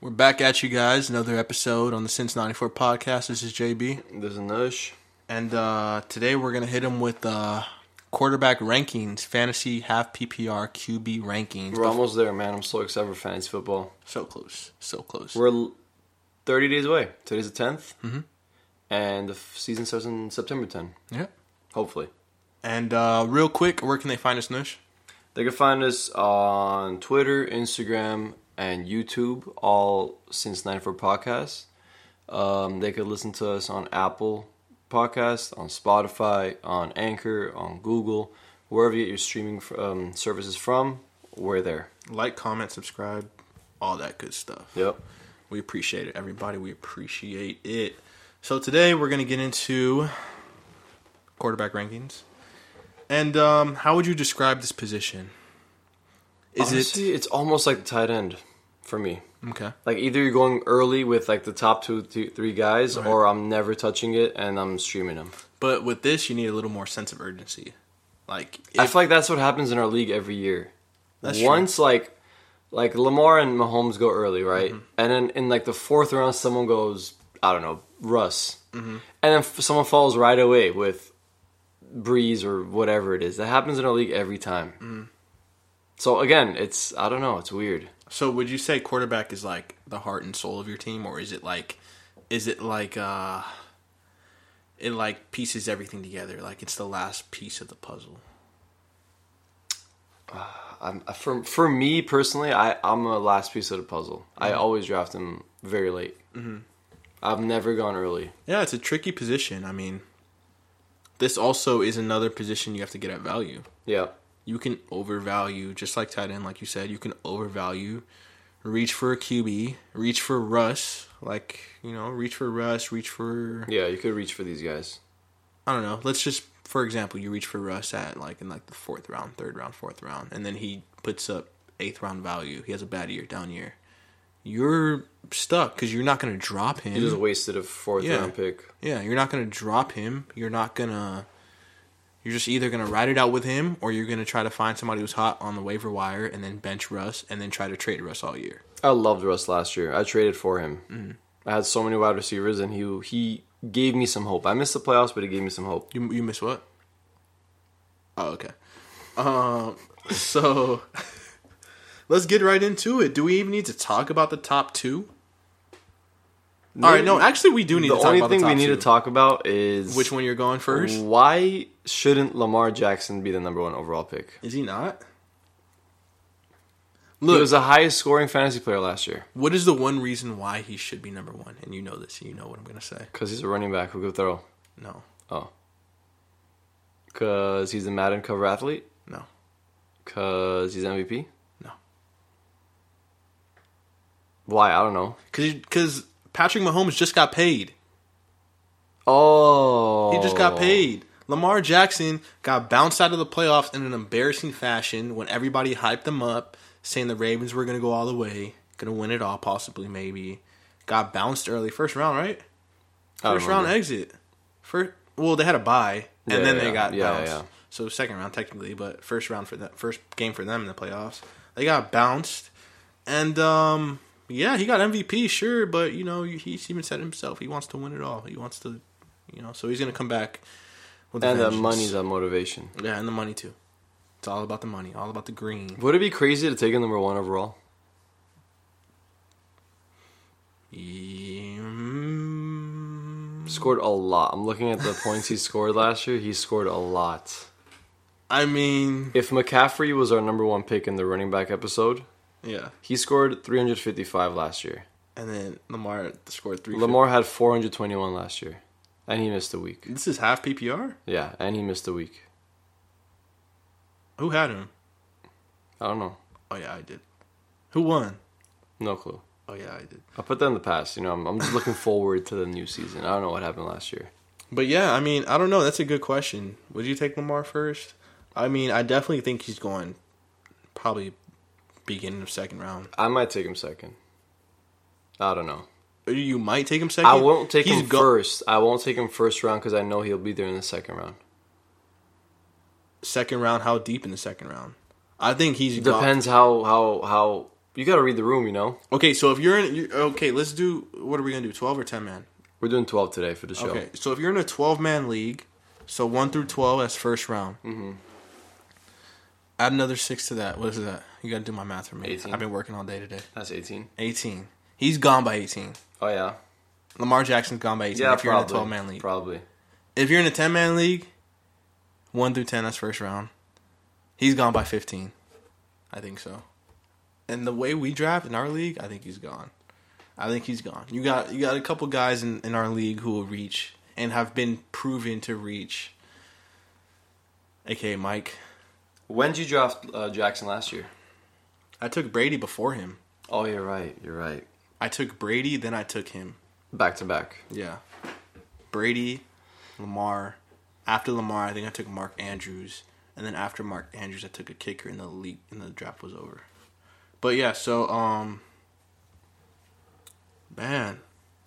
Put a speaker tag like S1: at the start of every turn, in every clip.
S1: We're back at you guys. Another episode on the Since 94 podcast. This is JB.
S2: This is Nush.
S1: And uh, today we're going to hit him with uh, quarterback rankings, fantasy half PPR QB rankings.
S2: We're almost there, man. I'm so excited for fantasy football.
S1: So close. So close.
S2: We're l- 30 days away. Today's the 10th. Mm-hmm. And the f- season starts on September 10,
S1: yeah.
S2: hopefully.
S1: And uh, real quick, where can they find us, Nush?
S2: They can find us on Twitter, Instagram, and YouTube, all since 94 Podcasts. Um, they could listen to us on Apple Podcast, on Spotify, on Anchor, on Google, wherever you get your streaming f- um, services from. We're there.
S1: Like, comment, subscribe, all that good stuff.
S2: Yep.
S1: We appreciate it, everybody. We appreciate it. So today we're going to get into quarterback rankings. And um, how would you describe this position? Is
S2: Honestly, it's almost like the tight end for me.
S1: it okay?
S2: Like either you're going early with like the top two, th- three guys, or I'm never touching it and I'm streaming them.
S1: But with this, you need a little more sense of urgency. Like,
S2: I
S1: if,
S2: feel like that's what happens in our league every year.
S1: That's true.
S2: Once like like Lamar and Mahomes go early, right?
S1: Mm-hmm.
S2: And then in like the fourth round, someone goes, I don't know, Russ,
S1: Mm-hmm.
S2: and then f- someone falls right away with Breeze or whatever it is. That happens in our league every time.
S1: Mm-hmm.
S2: So again, it's I don't know, it's weird.
S1: so would you say quarterback is like the heart and soul of your team, or is it like, is it like, uh, it like pieces everything together? Like it's the last piece of the puzzle.
S2: I'm, for for me personally, I I'm a last piece of the puzzle. I
S1: Mm-hmm.
S2: always draft them very late. I've never gone early.
S1: Yeah, it's a tricky position. I mean, this also is another position you have to get at value.
S2: Yeah,
S1: you can overvalue just like tight end, like you said, you can overvalue. Reach for a QB, reach for Russ, like you know, reach for Russ, reach for
S2: yeah, you could reach for these guys.
S1: I don't know. Let's just for example, you reach for Russ at like in like the fourth round, third round, fourth round, and then he puts up eighth round value. He has a bad year, down year. You're stuck because you're not going to drop him.
S2: You just wasted a fourth
S1: Mm-hmm. Yeah.
S2: round pick.
S1: Yeah, you're not going to drop him. You're not going to. You're just either going to ride it out with him or you're going to try to find somebody who's hot on the waiver wire and then bench Russ and then try to trade Russ all year.
S2: I loved Russ last year. I traded for him.
S1: Mm-hmm.
S2: I had so many wide receivers, and he he gave me some hope. I missed the playoffs, but he gave me some hope.
S1: You, you miss what? Oh, okay. Um, so let's get right into it. Do we even need to talk about the top two? All right, no, actually, we do need
S2: the
S1: to talk
S2: only
S1: about
S2: thing
S1: the top
S2: we need
S1: two.
S2: to talk about is
S1: Which one you're going first?
S2: Why shouldn't Lamar Jackson be the number one overall pick?
S1: Is he not?
S2: he
S1: Look,
S2: was the highest scoring fantasy player last year.
S1: What is the one reason why he should be number one? And you know this. You know what I'm going to say.
S2: Because he's a running back who could throw.
S1: No,
S2: Oh. Because he's a Madden cover athlete?
S1: no,
S2: Because he's MVP?
S1: no.
S2: Why? I don't know.
S1: Because Patrick Mahomes just got paid.
S2: Oh.
S1: He just got paid. Lamar Jackson got bounced out of the playoffs in an embarrassing fashion when everybody hyped them up, saying the Ravens were going to go all the way, going to win it all, possibly, maybe. Got bounced early. First round, right?
S2: I don't
S1: First round
S2: remember.
S1: exit. First, well, they had a bye, and
S2: Yeah,
S1: then
S2: yeah,
S1: they
S2: yeah.
S1: got
S2: Yeah,
S1: bounced.
S2: yeah.
S1: So second round technically, but first round for that first game for them in the playoffs, they got bounced, and um, yeah, he got MVP, sure, but you know he's even said himself he wants to win it all. He wants to, you know, so he's gonna come back with a
S2: And that
S1: vengeance.
S2: money's that motivation.
S1: yeah, and the money too. It's all about the money, all about the green.
S2: Would it be crazy to take a number one overall?
S1: Mm,
S2: Scored a lot. I'm looking at the points he scored last year. He scored a lot.
S1: I mean,
S2: If McCaffrey was our number one pick in the running back episode,
S1: yeah,
S2: he scored 355 last year.
S1: and then Lamar scored three.
S2: Lamar had 421 last year. And he missed a week.
S1: This is half PPR.
S2: Yeah, and he missed a week.
S1: Who had him?
S2: I don't know.
S1: Oh yeah, I did. Who won?
S2: No clue.
S1: Oh yeah, I did.
S2: I put that in the past. You know, I'm, I'm just looking forward to the new season. I don't know what happened last year.
S1: But yeah, I mean, I don't know. That's a good question. Would you take Lamar first? I mean, I definitely think he's going probably beginning of second round.
S2: I might take him second. I don't know.
S1: You might take him second.
S2: I won't take
S1: He's
S2: him
S1: go-
S2: first. I won't take him first round because I know he'll be there in the second round.
S1: Second round? How deep in the second round? I think he's go-
S2: Depends how how how You got to read the room, you know?
S1: Okay, so if you're in, you, okay, let's do. What are we gonna do? Twelve or ten man?
S2: We're doing 12 today for the show.
S1: Okay, so if you're in a twelve man league, so one through twelve as first round. Mm-hmm. Add another six to that. What is that? You gotta do my math for me.
S2: 18.
S1: I've been working all day today.
S2: That's 18.
S1: Eighteen. He's gone by eighteen.
S2: Oh, yeah.
S1: Lamar Jackson's gone by eighteen.
S2: Yeah,
S1: if you're in a
S2: probably.
S1: twelve man league,
S2: Probably.
S1: if you're in a ten man league, one through ten that's first round. He's gone by fifteen. I think so. And the way we draft in our league, I think he's gone. I think he's gone. You got you got a couple guys in, in our league who will reach and have been proven to reach. AKA Mike.
S2: When did you draft uh, Jackson last year?
S1: I took Brady before him.
S2: Oh, you're right. You're right.
S1: I took Brady, then I took him.
S2: Back to back.
S1: Yeah. Brady, Lamar. After Lamar, I think I took Mark Andrews, and then after Mark Andrews, I took a kicker, and the league and the draft was over. But yeah, so um, man,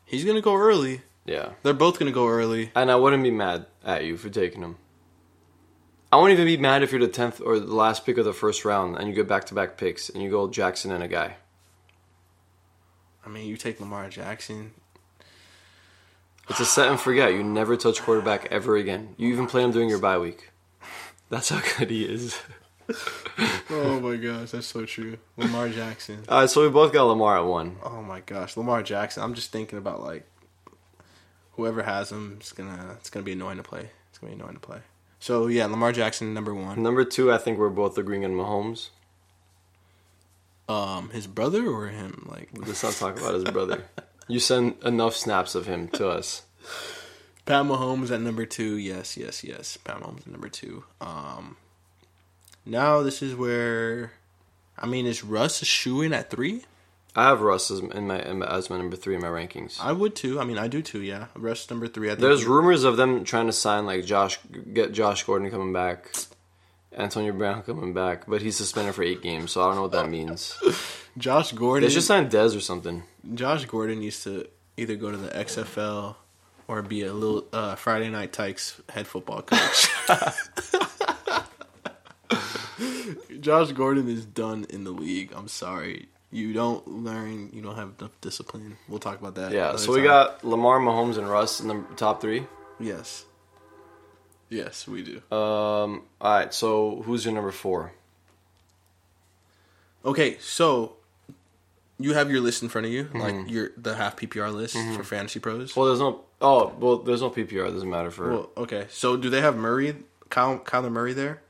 S1: he's gonna go early.
S2: Yeah.
S1: They're both gonna go early.
S2: And I wouldn't be mad at you for taking him. I won't even be mad if you're the 10th or the last pick of the first round and you get back to back picks and you go Jackson and a guy.
S1: I mean, you take Lamar Jackson.
S2: It's a set and forget. You never touch quarterback ever again. You even play him during your bye week. That's how good he is.
S1: Oh my gosh, that's so true. Lamar Jackson.
S2: All right, so we both got Lamar at one.
S1: Oh my gosh, Lamar Jackson. I'm just thinking about like whoever has him. It's gonna it's gonna be annoying to play. It's gonna be annoying to play. So yeah, Lamar Jackson number one.
S2: Number two, I think we're both agreeing on Mahomes.
S1: Um, his brother or him? Like
S2: Let's not talk about his brother. You send enough snaps of him to us.
S1: Pat Mahomes at number two. Yes, yes, yes. Pat Mahomes at number two. Um, now this is where, I mean, is Russ a shoe in at three?
S2: I have Russ as in my, in my- as my number three in my rankings.
S1: I would too. I mean, I do too. Yeah, Russ number three. I think
S2: There's
S1: he-
S2: rumors of them trying to sign like Josh, get Josh Gordon coming back, Antonio Brown coming back, but he's suspended for eight games, so I don't know what that means.
S1: Josh Gordon.
S2: They should sign Dez or something.
S1: Josh Gordon used to either go to the XFL or be a little uh, Friday Night Tykes head football coach. Josh Gordon is done in the league. I'm sorry. You don't learn. You don't have enough discipline. We'll talk about that.
S2: Yeah,
S1: another
S2: so we
S1: time.
S2: got Lamar, Mahomes, and Russ in the top three.
S1: yes, yes, we do.
S2: Um, all right, so who's your number four?
S1: Okay, so you have your list in front of you,
S2: Mm-hmm.
S1: like your the half PPR list for fantasy pros.
S2: Well, there's no. Oh, well, there's no PPR. It doesn't matter for.
S1: Well, okay. So do they have Murray, Kyle, Kyler Murray there?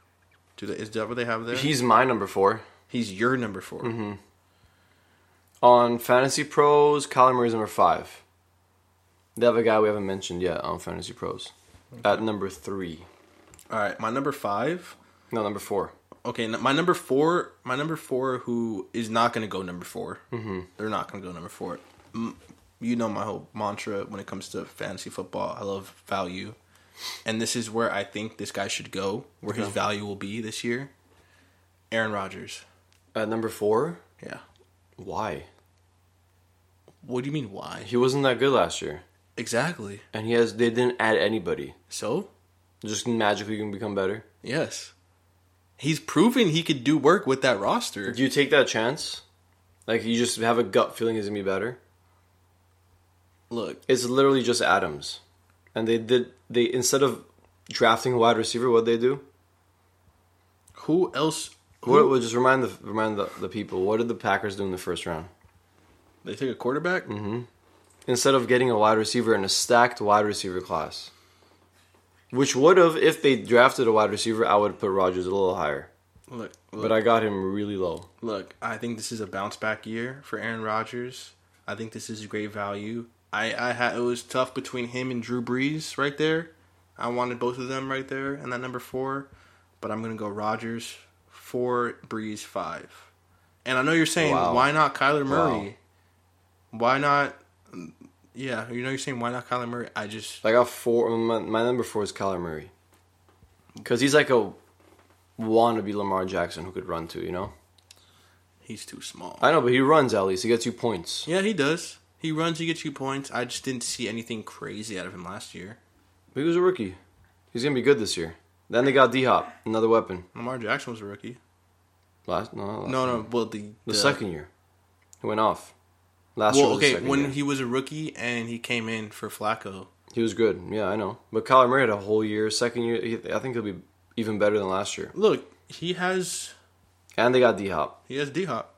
S1: Do they, is that what they have there?
S2: he's my number four
S1: He's your number 4
S2: on Fantasy Pros. Kyler Murray's number five. They have a guy we haven't mentioned yet on Fantasy Pros at number three.
S1: All right, my number five.
S2: No, number four.
S1: Okay, n- my number four. My number four, who is not going to go number 4 Mm-hmm. They're not going to go number four. M- You know my whole mantra when it comes to fantasy football. I love value, and this is where I think this guy should go. Where his value will be this year. Aaron Rodgers.
S2: At number four,
S1: Yeah.
S2: why?
S1: What do you mean? Why?
S2: He wasn't that good last year,
S1: Exactly.
S2: and he has. They didn't add anybody.
S1: So
S2: Just magically can become better.
S1: Yes. He's proven he could do work with that roster.
S2: Do you take that chance? Like you just have a gut feeling he's gonna be better.
S1: Look,
S2: It's literally just Adams, and they did. They instead of drafting a wide receiver, what they do?
S1: who else? Who,
S2: What, what- just remind the remind the, the people. What did the Packers do in the first round?
S1: they take a quarterback?
S2: Mm-hmm. Instead of getting a wide receiver in a stacked wide receiver class, which would have if they drafted a wide receiver, I would put Rodgers a little higher.
S1: Look, look,
S2: But I got him really low.
S1: look, I think this is a bounce back year for Aaron Rodgers. I think this is great value. I, I had it was tough between him and Drew Brees right there. I wanted both of them right there, and that number four. But I'm gonna go Rodgers four, Brees five. And I know you're saying
S2: Wow.
S1: why not Kyler Murray? Why not? Yeah, you know you're saying why not Kyler Murray. I just
S2: I got four. My, my number four is Kyler Murray, because he's like a wannabe Lamar Jackson who could run too. You know,
S1: He's too small.
S2: I know, but he runs at least. He gets you points.
S1: yeah, he does. He runs, he gets you points. I just didn't see anything crazy out of him last year.
S2: He was a rookie. He's gonna be good this year. Then they got D Hop, another weapon.
S1: Lamar Jackson was a rookie.
S2: Last no, not last
S1: No,
S2: year.
S1: no, well the
S2: the second year. He went off. Last year
S1: Well,
S2: was his
S1: okay,
S2: second
S1: when
S2: year.
S1: he was a rookie and he came in for Flacco.
S2: He was good. Yeah, I know. But Kyler Murray had a whole year. Second year, he- I think he'll be even better than last year.
S1: Look, he has
S2: And they got D Hop.
S1: he has D Hop.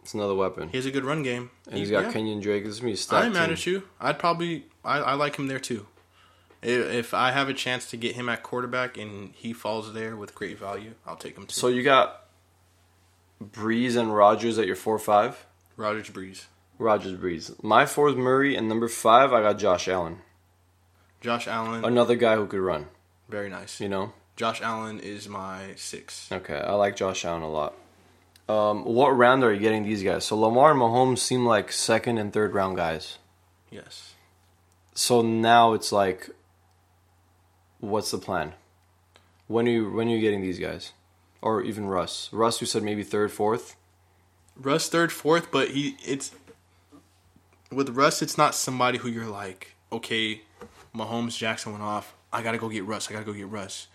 S2: It's another weapon.
S1: He has a good run game.
S2: and he's got
S1: yeah.
S2: Kenyon Drake. This is gonna be a
S1: I
S2: stacked
S1: ain't mad
S2: team.
S1: at you. I'd probably I, I like him there too. I- If I have a chance to get him at quarterback and he falls there with great value, I'll take him too.
S2: So you got Breeze and Rogers at your four five.
S1: Rogers Breeze,
S2: Rogers Breeze. My four is Murray, and number five I got Josh Allen,
S1: Josh Allen,
S2: another guy who could run.
S1: very nice.
S2: You know.
S1: Josh Allen is my six.
S2: Okay, I like Josh Allen a lot. Um, what round are you getting these guys? So Lamar and Mahomes seem like second and third round guys.
S1: Yes.
S2: so now it's like what's the plan when are you when are you getting these guys or even russ russ who said maybe third fourth
S1: Russ third, fourth, but he it's with Russ, it's not somebody who you're like, okay, Mahomes Jackson went off. I gotta go get Russ. I gotta go get Russ.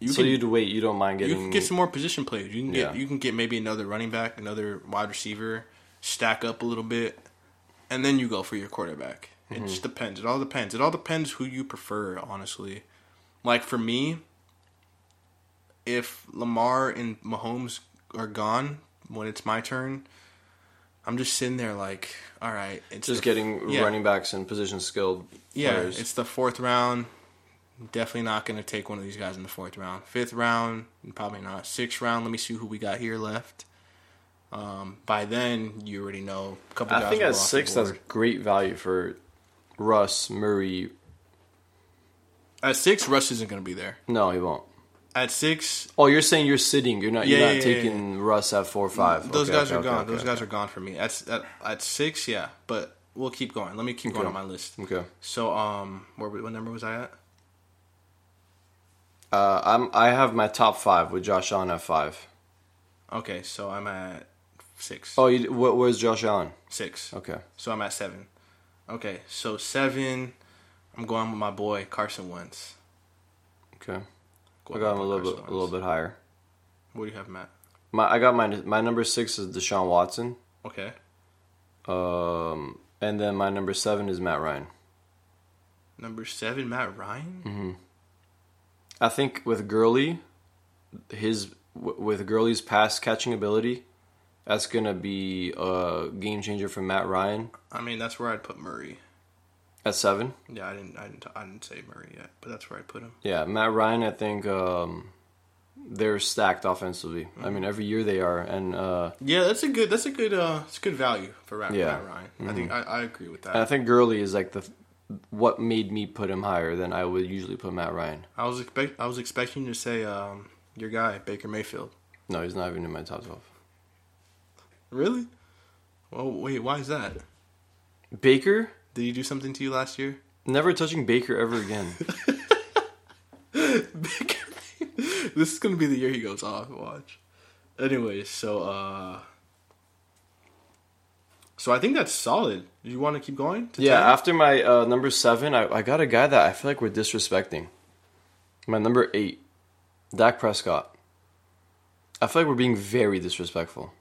S1: You
S2: so
S1: can
S2: you'd wait you don't mind
S1: you
S2: getting
S1: can get some more position players. You can get
S2: Yeah.
S1: you can get maybe another running back, another wide receiver, stack up a little bit, and then you go for your quarterback.
S2: Mm-hmm.
S1: It just depends. It all depends. It all depends who you prefer, honestly. Like for me, if Lamar and Mahomes are gone when it's my turn, I'm just sitting there like, all right, it's
S2: just
S1: the-
S2: getting
S1: yeah.
S2: running backs and position skilled
S1: yeah,
S2: players.
S1: it's the fourth round. Definitely not going to take one of these guys in the fourth round. Fifth round, probably not. Sixth round, let me see who we got here left. Um, by then, you already know a couple guys.
S2: i think
S1: were
S2: at
S1: off the
S2: six that's
S1: board.
S2: great value for russ murray
S1: At six, Russ isn't going to be there.
S2: no he won't
S1: At six,
S2: oh you're saying you're sitting you're not
S1: Yeah,
S2: you're not
S1: yeah, yeah,
S2: taking russ at four five
S1: those
S2: Okay,
S1: guys
S2: okay,
S1: are
S2: okay,
S1: gone.
S2: okay,
S1: those guys are gone for me. At, s- at at six, yeah, but we'll keep going. Let me keep going
S2: Okay.
S1: on my list.
S2: okay
S1: So, um, where what number was I at?
S2: uh, i'm i have my top five with josh allen at five.
S1: Okay, so I'm at six.
S2: Oh, you, wh- where's josh allen
S1: Six.
S2: okay
S1: So I'm at seven. Okay, so seven, I'm going with my boy Carson Wentz.
S2: okay I
S1: Going
S2: got him a
S1: with
S2: little
S1: Carson
S2: bit, a little
S1: Wentz.
S2: bit higher.
S1: What do you have, Matt?
S2: My, I got my my number six is Deshaun Watson,
S1: Okay,
S2: um, and then my number seven is Matt Ryan.
S1: number seven, Matt Ryan.
S2: Mm-hmm. I think with Gurley, his w- with Gurley's pass catching ability, that's gonna be a game changer for Matt Ryan
S1: I mean, that's where I'd put Murray.
S2: at seven.
S1: Yeah, I didn't, I didn't, I didn't say Murray yet, but that's where I put him.
S2: Yeah, Matt Ryan. I think um, they're stacked offensively. I mean, every year they are, and uh,
S1: Yeah, that's a good, that's a good, uh, it's good value for Ra-
S2: Yeah.
S1: Matt
S2: Mm-hmm.
S1: Ryan. I think I, I agree with that.
S2: and I think Gurley is like the what made me put him higher than I would usually put Matt Ryan.
S1: I was expect, I was expecting you to say um, your guy Baker Mayfield.
S2: No, he's not even in my top twelve.
S1: Really? Well, wait, why is that?
S2: Baker
S1: Did he do something to you last year?
S2: never touching Baker ever again.
S1: this is gonna be the year he goes off. Watch. Anyway, so uh, so I think that's solid. You want to keep going? To
S2: yeah,
S1: 10?
S2: after my uh, number seven, I, I got a guy that I feel like we're disrespecting. My number eight, Dak Prescott. I feel like we're being very disrespectful.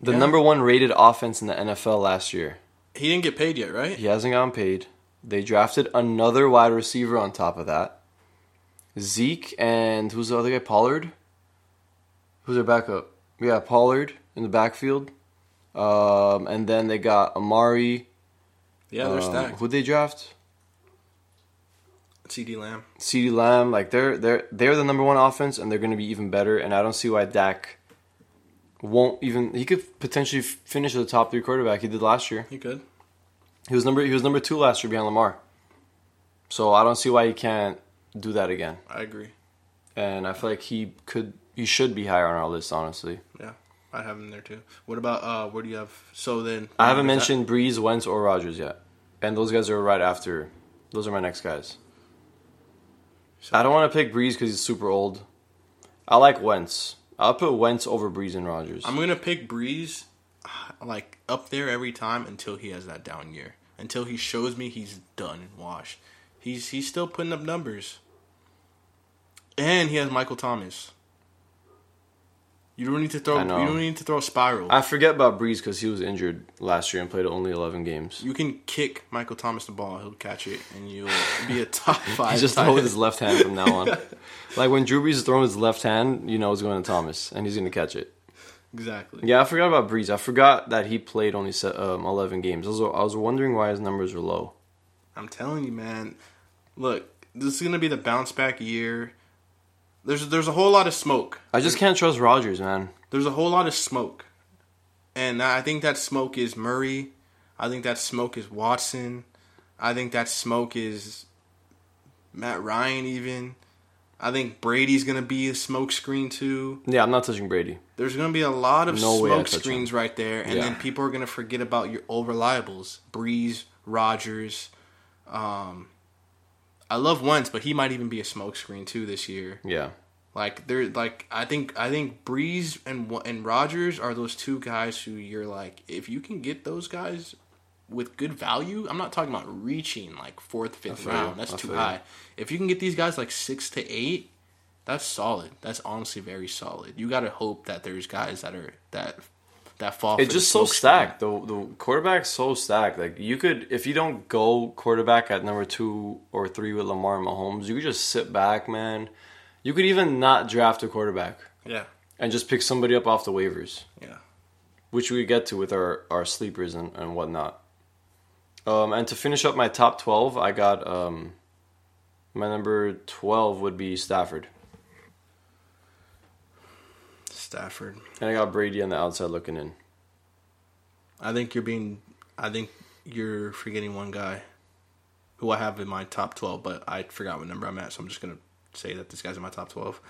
S2: The
S1: Yeah.
S2: number one rated offense in the NFL last year.
S1: he didn't get paid yet, right?
S2: He hasn't gotten paid. They drafted another wide receiver on top of that. Zeke and who's the other guy? Pollard? Who's their backup? Yeah, Pollard in the backfield. Um, and then they got Amari.
S1: Yeah, they're
S2: um,
S1: stacked.
S2: Who'd they draft?
S1: C.D. Lamb.
S2: CeeDee Lamb. Like they're they're they're the number one offense and they're gonna be even better. And I don't see why Dak won't even he could potentially f- finish as a top three quarterback he did last year.
S1: He good.
S2: He was number he was number two last year behind Lamar. So I don't see why he can't do that again.
S1: I agree.
S2: And I feel like he could he should be higher on our list, honestly.
S1: Yeah, I have him there too. What about uh? Where do you have? So then
S2: I haven't
S1: Is that-
S2: mentioned Breeze, Wentz, or Rogers yet. And those guys are right after. Those are my next guys. I don't want to pick Breeze because he's super old. I like Wentz. I'll put Wentz over Breeze and Rogers.
S1: I'm gonna pick Breeze, uh, like up there every time until he has that down year. Until he shows me he's done and washed. He's he's still putting up numbers. And he has Michael Thomas. You don't need to throw.
S2: I
S1: You
S2: know.
S1: don't need to throw a spiral.
S2: I forget about Breeze because he was injured last year and played only 11 games.
S1: you can kick Michael Thomas the ball; he'll catch it, and you'll be a top five.
S2: He's just
S1: tight
S2: throwing
S1: end.
S2: his left hand from now on. like when Drew Brees is throwing his left hand, you know it's going to Thomas and he's going to catch it.
S1: exactly.
S2: Yeah, I forgot about Breeze. I forgot that he played only se- um, 11 games. I was, I was wondering why his numbers were low.
S1: I'm telling you, man. Look, this is gonna be the bounce back year. There's there's a whole lot of smoke.
S2: I just can't trust Rodgers, man.
S1: There's a whole lot of smoke, and I think that smoke is Murray. I think that smoke is Watson. I think that smoke is Matt Ryan. Even I think Brady's gonna be a smoke screen too.
S2: Yeah, I'm not touching Brady.
S1: There's going to be a lot of
S2: No way I
S1: smoke
S2: touch
S1: screens right there, and
S2: Yeah.
S1: then people are going to forget about your old reliables: Breeze, Rogers. Um, I love Wentz, but he might even be a smoke screen too this year.
S2: Yeah.
S1: Like they're like I think I think Breeze and Wa- and Rogers are those two guys who you're like if you can get those guys with good value. I'm not talking about reaching like fourth, fifth
S2: feel you.
S1: round. That's
S2: I
S1: too
S2: feel you.
S1: high. If you can get these guys like six to eight, that's solid. That's honestly very solid. You gotta hope that there's guys that are that that fall.
S2: It's just so stacked. The the quarterback's so stacked. Like you could, if you don't go quarterback at number two or three with Lamar and Mahomes, you could just sit back, man. You could even not draft a quarterback
S1: Yeah,
S2: and just pick somebody up off the waivers,
S1: yeah.
S2: which we get to with our our sleepers and, and whatnot. Um, and to finish up my top twelve, I got um, my number twelve would be Stafford,
S1: Stafford.
S2: and I got Brady on the outside looking in.
S1: I think you're being. I think you're forgetting one guy, who I have in my top twelve, but I forgot what number I'm at, so I'm just gonna say that this guy's in my top twelve.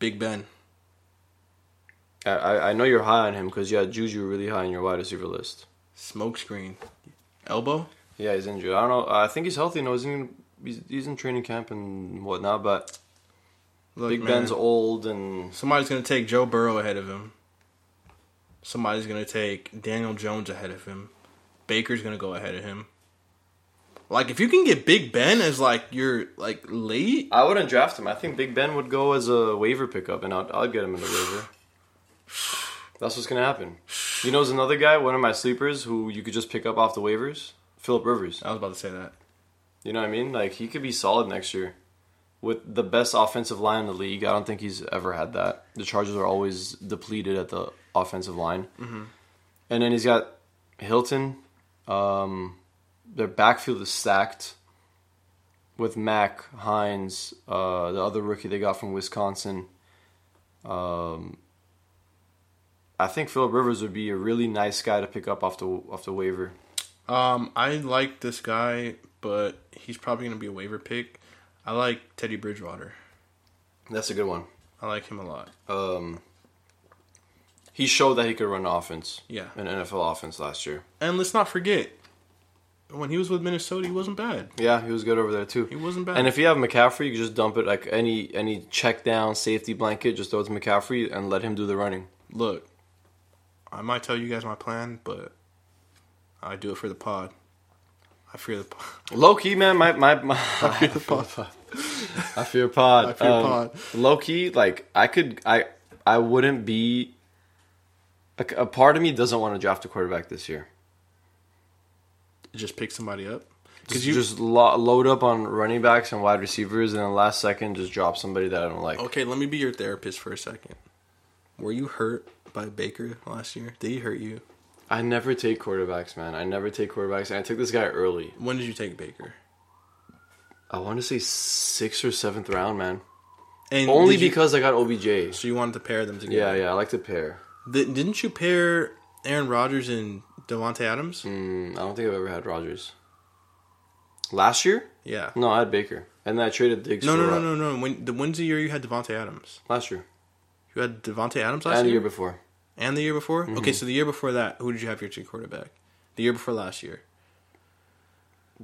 S1: Big Ben.
S2: I- I, I know you're high on him because you had Juju really high on your wide receiver list.
S1: Smokescreen. Elbow?
S2: Yeah, he's injured. I don't know. I think he's healthy. No, he's in, he's, he's in training camp and whatnot. But
S1: Look,
S2: Big
S1: man,
S2: Ben's old, and
S1: Somebody's going to take Joe Burrow ahead of him. Somebody's going to take Daniel Jones ahead of him. Baker's going to go ahead of him. Like, if you can get Big Ben as, like, your, like, late,
S2: I wouldn't draft him. I think Big Ben would go as a waiver pickup, and I'd, I'd get him in the waiver. That's what's gonna happen. You know, there's another guy, one of my sleepers, who you could just pick up off the waivers. Philip Rivers.
S1: I was about to say that.
S2: You know what I mean? Like he could be solid next year with the best offensive line in the league. I don't think he's ever had that. The Chargers are always depleted at the offensive line, and then he's got Hilton. Um, their backfield is stacked with Mack Hines, uh, the other rookie they got from Wisconsin. Um, I think Philip Rivers would be a really nice guy to pick up off the off the waiver.
S1: Um, I like this guy, but he's probably going to be a waiver pick. I like Teddy Bridgewater.
S2: That's a good one.
S1: I like him a lot.
S2: um, he showed that he could run an offense.
S1: Yeah.
S2: An NFL offense last year.
S1: And let's not forget, when he was with Minnesota, he wasn't bad.
S2: Yeah, he was good over there too.
S1: He wasn't bad.
S2: And if you have McCaffrey, you can just dump it like any any check down safety blanket, just throw it to McCaffrey and let him do the running.
S1: look, I might tell you guys my plan, but I do it for the pod. I fear the pod.
S2: Low key, man, my my, my I
S1: the pod.
S2: fear pod.
S1: I fear pod.
S2: Low key, like I could I I wouldn't be like a part of me doesn't want to draft a quarterback this year.
S1: Just pick somebody up.
S2: Just,
S1: Cause you,
S2: just lo- load up on running backs and wide receivers, and then last second just drop somebody that I don't like.
S1: okay, let me be your therapist for a second. Were you hurt by Baker last year? Did he hurt you?
S2: I never take quarterbacks, man. I never take quarterbacks, and I took this guy early.
S1: When did you take Baker?
S2: I want to say sixth or seventh round, man.
S1: And
S2: Only
S1: did you-
S2: because I got OBJ.
S1: so you wanted to pair them together.
S2: Yeah, yeah, I like to pair.
S1: Th- didn't you pair Aaron Rodgers and Devontae Adams?
S2: Mm, I don't think I've ever had Rogers. Last year?
S1: Yeah.
S2: No, I had Baker, and then I traded Diggs.
S1: No,
S2: for
S1: no,
S2: Ro-
S1: no, no, no. When the when's the year you had Devontae Adams?
S2: Last year
S1: You had Devontae Adams last
S2: and the
S1: year.
S2: year Mm-hmm. before.
S1: And the year before? Okay, so the year before that, who did you have your two quarterback? The year before last year.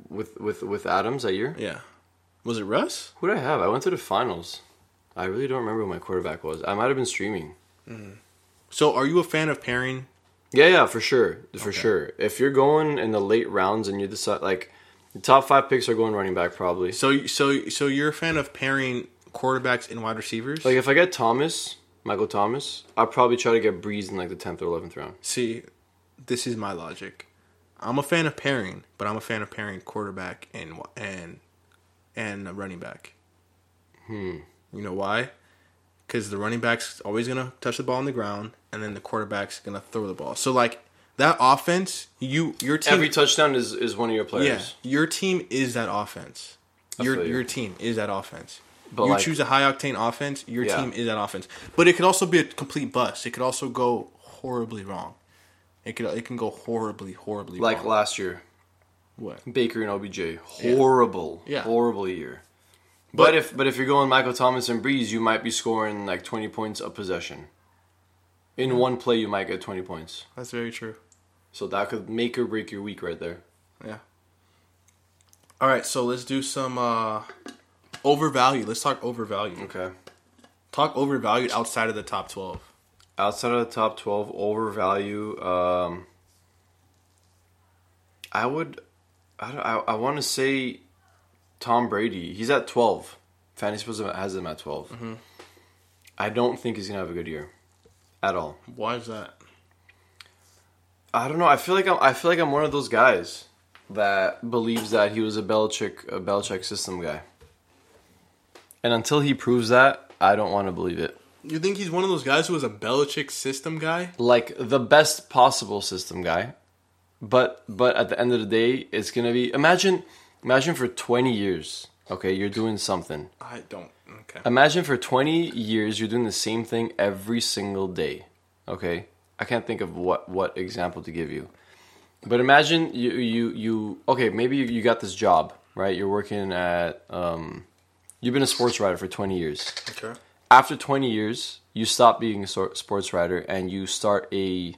S2: With with with Adams that year.
S1: Yeah. Was it Russ?
S2: Who did I have? I went to the finals. I really don't remember who my quarterback was. I might have been streaming.
S1: So are you a fan of pairing?
S2: Yeah, yeah, for sure, for sure. If you're going in the late rounds and you decide like, the top five picks are going running back probably. Oh,
S1: So so so you're a fan of pairing quarterbacks and wide receivers?
S2: Like if I get Thomas, Michael Thomas. I'll probably try to get Breeze in like the tenth or eleventh round.
S1: See, this is my logic. I'm a fan of pairing, but I'm a fan of pairing quarterback and wa- and and a running back. Hmm. You know why? Because the running back's always gonna touch the ball on the ground, and then the quarterback's gonna throw the ball. So like that offense, you your team
S2: Every touchdown is, is one of your
S1: yeah,
S2: players.
S1: your team is that offense.
S2: I
S1: Your
S2: feel you.
S1: your team is that offense.
S2: But,
S1: you
S2: like-
S1: choose a high octane offense, your
S2: Yeah.
S1: team is that offense. But it could also be a complete bust. It could also go horribly wrong. It could it can go horribly, horribly
S2: Like
S1: wrong.
S2: last year,
S1: what?
S2: Baker and OBJ. Horrible,
S1: Yeah.
S2: horrible year. But,
S1: But-
S2: if but if you're going Michael Thomas and Breeze, you might be scoring like 20 points a possession. In one play, you might get 20 points.
S1: That's very true.
S2: So that could make or break your week right there.
S1: Yeah. All right, so let's do some uh overvalued. Let's talk overvalued.
S2: Okay.
S1: Talk overvalued outside of the top 12.
S2: Outside of the top 12, overvalue. Um, I would. I, don't- I, I want to say Tom Brady. He's at 12. Fantasy Pros has him at 12. I don't think he's going to have a good year at all.
S1: Why is that?
S2: I don't know. I feel like I'm, I feel like I'm one of those guys that believes that he was a Belichick a Belichick system guy. And until he proves that, I don't want to believe it.
S1: You think he's one of those guys who was a Belichick system guy?
S2: Like the best possible system guy, but but at the end of the day, it's gonna be imagine imagine for 20 years. Okay, you're doing something.
S1: I don't. Okay.
S2: Imagine for 20 years you're doing the same thing every single day. Okay? I can't think of what what example to give you. But imagine you you you okay, maybe you, you got this job, right? You're working at um you've been a sports writer for 20 years.
S1: Okay.
S2: After 20 years, you stop being a sor- sports writer and you start a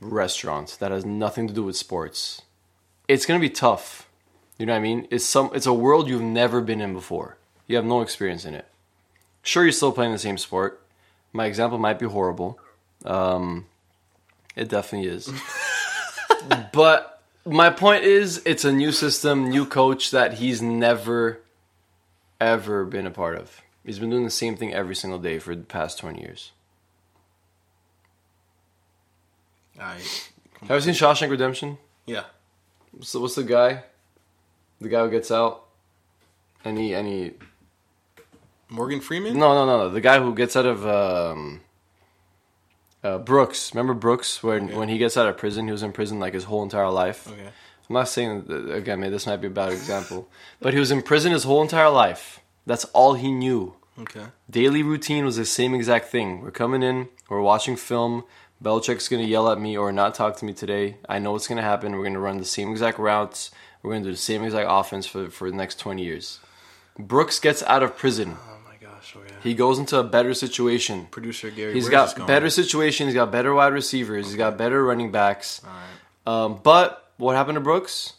S2: restaurant that has nothing to do with sports. It's going to be tough. You know what I mean? It's some it's a world you've never been in before. You have no experience in it. Sure you're still playing the same sport. My example might be horrible. Um it definitely is. but my point is it's a new system, new coach that he's never ever been a part of. He's been doing the same thing every single day for the past 20 years.
S1: I
S2: Have you seen Shawshank Redemption?
S1: yeah.
S2: So what's the guy? The guy who gets out? And he, and he,
S1: Morgan Freeman?
S2: no, no, no, no. The guy who gets out of, um, uh, Brooks. Remember Brooks? When,
S1: Okay.
S2: when he gets out of prison, he was in prison like his whole entire life.
S1: Okay.
S2: I'm not saying that, again, maybe this might be a bad example, but he was in prison his whole entire life. That's all he knew.
S1: Okay.
S2: daily routine was the same exact thing. We're coming in, we're watching film. Belichick's gonna yell at me or not talk to me today. I know what's gonna happen. We're gonna run the same exact routes. We're gonna do the same exact offense for for the next twenty years. Brooks gets out of prison.
S1: Oh my gosh. Oh yeah.
S2: He goes into a better situation.
S1: Producer Gary. where's
S2: He's
S1: this
S2: got
S1: going?
S2: better situation. He's got better wide receivers. He's got better running backs.
S1: All right.
S2: Um, but what happened to Brooks?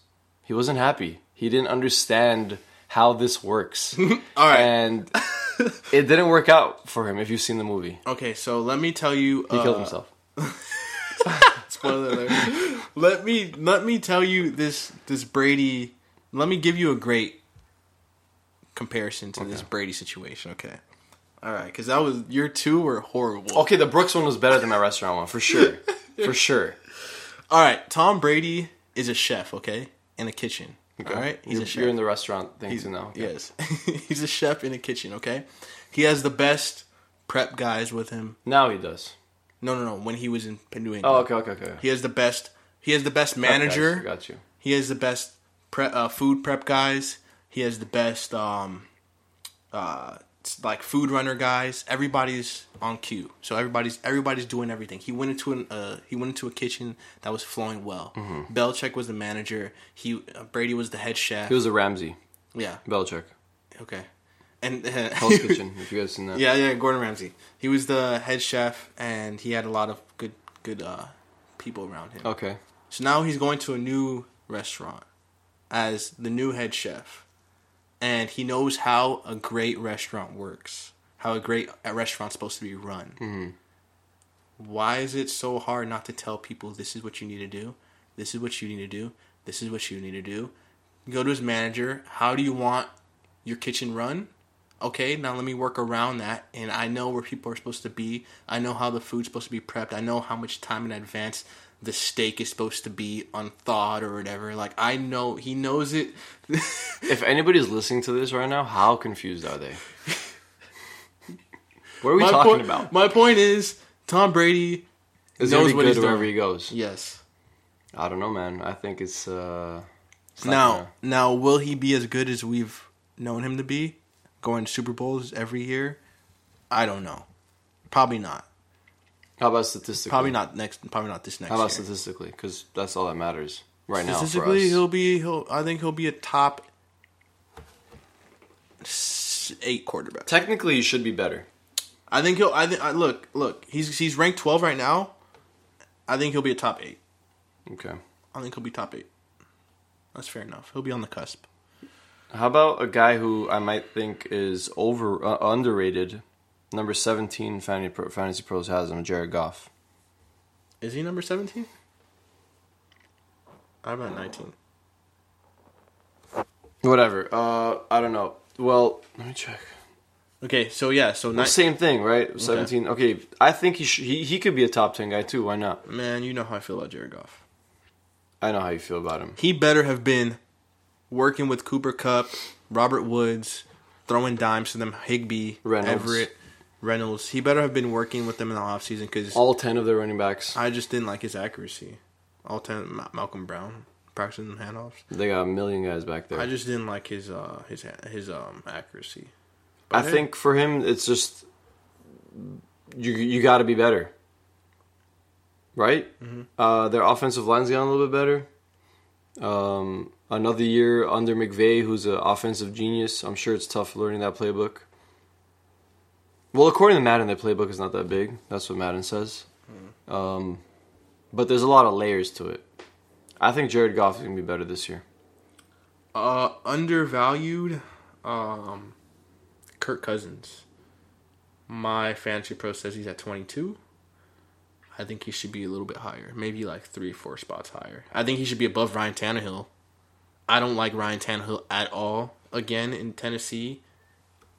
S2: He wasn't happy. He didn't understand how this works.
S1: All right.
S2: And it didn't work out for him if you've seen the movie.
S1: Okay, so let me tell you. uh,
S2: He killed himself.
S1: Spoiler alert. let me let me tell you this this Brady. Let me give you a great comparison to this Brady situation. Okay. All right, because that was your two were horrible.
S2: Okay, the Brooks one was better than my restaurant one, for sure. for sure.
S1: All right, Tom Brady is a chef. Okay, in a kitchen. All right, he's
S2: you're,
S1: a chef.
S2: you're in the restaurant thing too now.
S1: Yes, he's a chef in a kitchen. Okay, he has the best prep guys with him.
S2: Now he does.
S1: No, no, no. When he was in New England,
S2: Oh, okay, okay, okay.
S1: he has the best. He has the best manager.
S2: Guys, got you.
S1: He has the best pre- uh, food prep guys. He has the best um, uh, s- like food runner guys. Everybody's on cue, so everybody's everybody's doing everything. He went into an uh, he went into a kitchen that was flowing well.
S2: Mm-hmm.
S1: Belichick was the manager. He uh, Brady was the head chef.
S2: He was a Ramsey.
S1: yeah,
S2: Belichick.
S1: okay, and
S2: Hell's Kitchen, if you guys seen that.
S1: Yeah, yeah, Gordon Ramsay. He was the head chef, and he had a lot of good good uh, people around him.
S2: Okay.
S1: So now he's going to a new restaurant as the new head chef. And he knows how a great restaurant works, how a great uh, restaurant's supposed to be run. Why is it so hard not to tell people this is what you need to do? This is what you need to do. This is what you need to do. Go to his manager. How do you want your kitchen run? Okay, now let me work around that, and I know where people are supposed to be. I know how the food's supposed to be prepped. I know how much time in advance the steak is supposed to be unthawed or whatever. Like I know he knows it.
S2: If anybody's listening to this right now, how confused are they? what are we
S1: my
S2: talking
S1: point,
S2: about?
S1: My point is Tom Brady
S2: Is it gonna
S1: knows
S2: be
S1: what
S2: good
S1: he's
S2: wherever
S1: doing.
S2: he goes?
S1: Yes.
S2: I don't know, man. I think it's. uh it's not
S1: Now,
S2: gonna-
S1: now, will he be as good as we've known him to be, going to Super Bowls every year? I don't know. Probably not.
S2: how about statistically?
S1: Probably not next. Probably not this next
S2: How about
S1: year.
S2: statistically? Because that's all that matters right now for
S1: Statistically,
S2: us.
S1: he'll be. He'll. I think he'll be a top s- eight quarterback.
S2: Technically, you should be better.
S1: I think he'll. I, th- I look. Look. He's he's ranked twelve right now. I think he'll be a top eight.
S2: Okay.
S1: I think he'll be top eight. That's fair enough. He'll be on the cusp.
S2: How about a guy who I might think is over uh, underrated? Number seventeen, Fantasy, Pro, Fantasy Pros has him. Jared Goff.
S1: Is he number seventeen? I'm at nineteen.
S2: Whatever. Uh, I don't know. Well, let me check.
S1: Okay, so yeah, so
S2: The
S1: nine.
S2: Same thing, right? Seventeen. Okay, I think he, sh- he he could be a top ten guy too. Why not?
S1: Man, you know how I feel about Jared Goff.
S2: I know how you feel about him.
S1: He better have been working with Cooper Cup, Robert Woods, throwing dimes to them, Higby,
S2: Reynolds.
S1: Everett, Reynolds. He better have been working with them in the offseason because
S2: All ten of their running backs.
S1: I just didn't like his accuracy. All ten, Ma- Malcolm Brown practicing them handoffs.
S2: They got a million guys back there.
S1: I just didn't like his uh his his um accuracy.
S2: I
S1: But hey,
S2: think for him, it's just you. You got to be better, right?
S1: Mm-hmm.
S2: Uh, their offensive line's gotten a little bit better. Um, another year under McVay, who's an offensive genius. I'm sure it's tough learning that playbook. Well, according to Madden, their playbook is not that big. That's what Madden says.
S1: Mm-hmm.
S2: Um, but there's a lot of layers to it. I think Jared Goff is gonna be better this year.
S1: uh undervalued um Kirk Cousins. My fantasy pro says he's at 22. I think he should be a little bit higher, maybe like three, four spots higher. I think he should be above Ryan Tannehill. I don't like Ryan Tannehill at all. Again, in Tennessee,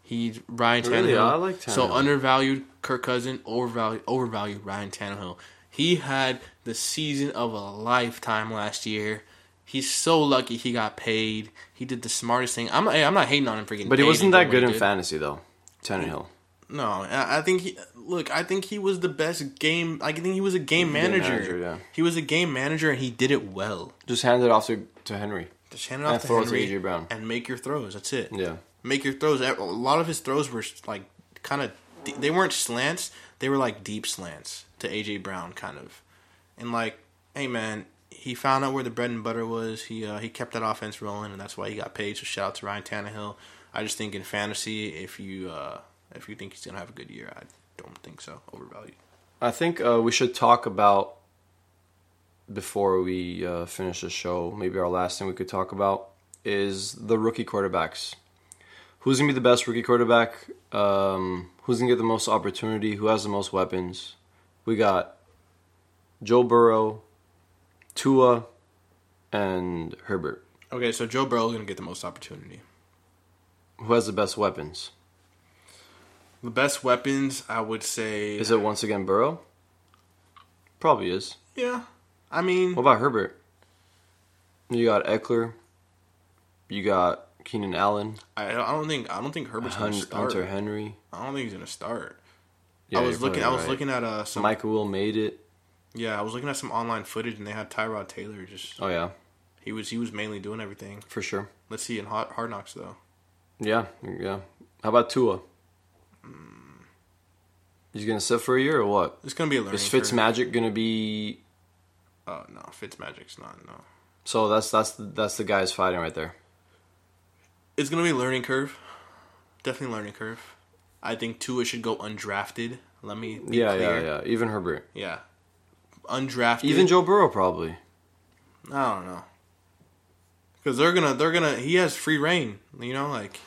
S1: he's Ryan Tannehill.
S2: Really? I like
S1: So
S2: Tannehill.
S1: undervalued Kirk Cousins, overvalued, overvalued Ryan Tannehill. He had the season of a lifetime last year. He's so lucky he got paid. He did the smartest thing. I'm, hey, I'm not hating on him for getting
S2: But he
S1: paid
S2: wasn't
S1: and
S2: that
S1: doing what
S2: good
S1: he
S2: in
S1: did.
S2: fantasy though. Tannehill.
S1: No, I I think he look. I think he was the best game. I think he was a game manager.
S2: manager, yeah.
S1: He was a game manager, and he did it well.
S2: Just hand it off to, to Henry.
S1: Just hand it
S2: And
S1: off to
S2: throw it to
S1: Henry
S2: A.J. Brown.
S1: and make your throws. That's it.
S2: Yeah.
S1: Make your throws. A lot of his throws were like kind of. They weren't slants. They were like deep slants to AJ Brown, kind of. And like, hey man, he found out where the bread and butter was. He uh, he kept that offense rolling, and that's why he got paid. So shout out to Ryan Tannehill. I just think in fantasy, if you uh, if you think he's gonna have a good year, I don't think so. Overvalued.
S2: I think uh, we should talk about before we uh, finish the show. Maybe our last thing we could talk about is the rookie quarterbacks. Who's gonna be the best rookie quarterback? Um, who's gonna get the most opportunity? Who has the most weapons? We got Joe Burrow, Tua, and Herbert.
S1: Okay, so Joe Burrow's gonna get the most opportunity.
S2: Who has the best weapons?
S1: The best weapons, I would say.
S2: Is it once again Burrow? Probably is.
S1: yeah, I mean,
S2: What about Herbert? You got Eckler. You got Keenan Allen,
S1: I, I don't think I don't think Herbert's gonna
S2: Hun-
S1: start.
S2: Hunter Henry.
S1: I don't think he's gonna start.
S2: Yeah,
S1: I
S2: you're
S1: was looking. I
S2: probably
S1: was
S2: right.
S1: looking at uh, some.
S2: Michael Will made it.
S1: Yeah, I was looking at some online footage, and they had Tyrod Taylor. Just
S2: Oh yeah,
S1: he was he was mainly doing everything.
S2: for sure.
S1: Let's see in Hard, hard Knocks though.
S2: Yeah, yeah. How about Tua?
S1: Hmm.
S2: He's gonna sit for a year or what?
S1: It's gonna be a learning.
S2: Is Fitz
S1: curve.
S2: Magic gonna be?
S1: Uh, no, Fitzmagic's not. No,
S2: So that's that's that's the guys fighting right there.
S1: it's gonna be a learning curve. Definitely learning curve. I think Tua should go undrafted. Let me be
S2: Yeah,
S1: clear.
S2: yeah, yeah. Even Herbert,
S1: yeah. Undrafted.
S2: even Joe Burrow probably.
S1: I don't know. Because they're gonna, they're gonna. He has free reign, you know. Like,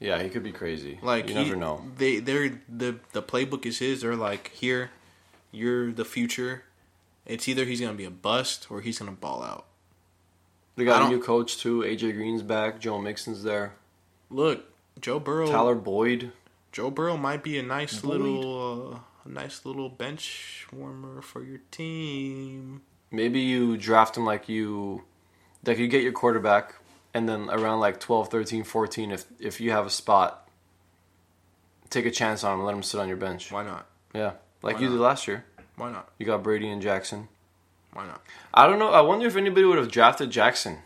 S2: Yeah, he could be crazy.
S1: like
S2: you
S1: he-
S2: never know.
S1: They, they're the the playbook is his. They're like, here, you're the future. It's either he's gonna be a bust or he's gonna ball out.
S2: They
S1: I
S2: got a
S1: don't-
S2: new coach too. AJ Green's back. Joe Mixon's there.
S1: Look, Joe Burrow.
S2: Tyler Boyd.
S1: Joe Burrow might be a nice
S2: Boyd.
S1: little, uh, a nice little bench warmer for your team.
S2: Maybe you draft him like you, like you get your quarterback, and then around like 12, 13, 14, if if you have a spot, take a chance on him. and Let him sit on your bench.
S1: Why not?
S2: Yeah, like
S1: Why
S2: you
S1: not?
S2: did last year.
S1: Why not?
S2: You got Brady and Jackson.
S1: Why not?
S2: I don't know. I wonder if anybody would have drafted Jackson.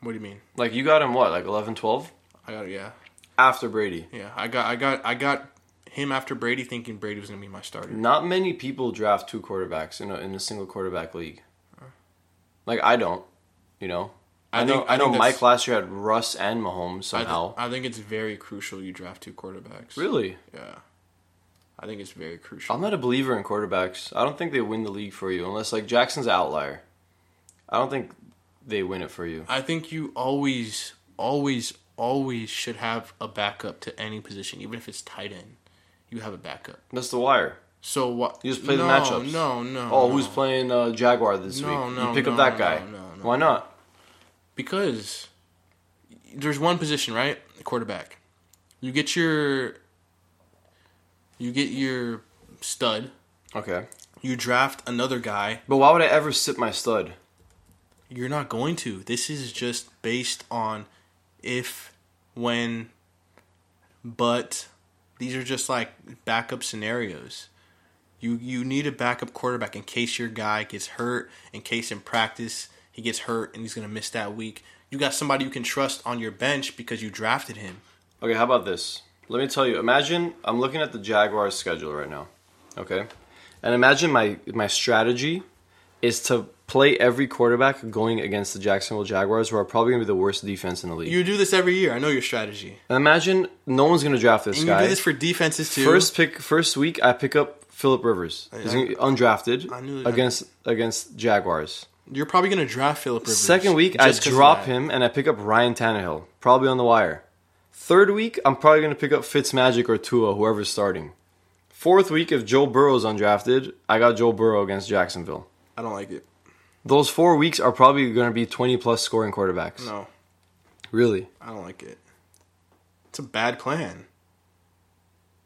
S1: What do you mean?
S2: Like you got him what, like 11, 12?
S1: I got yeah,
S2: after Brady.
S1: yeah. I got I got I got him after Brady, thinking Brady was gonna be my starter.
S2: Not many people draft two quarterbacks in a, in a single quarterback league. Like I don't, you know. I,
S1: I
S2: know.
S1: think-
S2: I,
S1: I
S2: know.
S1: think
S2: Mike
S1: that's-
S2: last year had Russ and Mahomes
S1: I, th-
S2: somehow.
S1: I think it's very crucial you draft two quarterbacks.
S2: really,
S1: Yeah. I think it's very crucial.
S2: I'm not a believer in quarterbacks. I don't think they win the league for you unless like Jackson's an outlier. I don't think they win it for you.
S1: I think you always, always, always should have a backup to any position, even if it's tight end. You have a backup.
S2: That's the wire.
S1: So what?
S2: You just play the
S1: no,
S2: matchups.
S1: No, no.
S2: Oh,
S1: no.
S2: who's playing uh, Jaguar this
S1: No,
S2: week?
S1: no,
S2: you pick up
S1: no,
S2: that guy.
S1: no, no, no.
S2: Why not?
S1: Because there's one position, right? The quarterback. You get your. You get your stud.
S2: Okay,
S1: You draft another guy.
S2: but why would I ever sit my stud?
S1: You're not going to. This is just based on if, when, but these are just like backup scenarios. You you need a backup quarterback in case your guy gets hurt, in case in practice he gets hurt and he's going to miss that week. You got somebody you can trust on your bench because you drafted him.
S2: Okay, how about this? Let me tell you. Imagine I'm looking at the Jaguars schedule right now. Okay? And imagine my my strategy is to play every quarterback going against the Jacksonville Jaguars who are probably going to be the worst defense in the league.
S1: You do this every year. I know your strategy.
S2: and imagine no one's going to draft this
S1: And you
S2: guy.
S1: do this for defenses too.
S2: first pick first week I pick up Philip Rivers. He's gonna be undrafted
S1: I knew-
S2: against against Jaguars.
S1: you're probably going to draft Philip Rivers.
S2: Second week, I
S1: just 'cause of
S2: drop
S1: that.
S2: him and I pick up Ryan Tannehill, probably on the wire. Third week, I'm probably going to pick up Fitzmagic or Tua, whoever's starting. Fourth week, if Joe Burrow's undrafted, I got Joe Burrow against Jacksonville.
S1: I don't like it.
S2: Those four weeks are probably going to be 20 plus scoring quarterbacks.
S1: No.
S2: Really?
S1: I don't like it. It's a bad plan.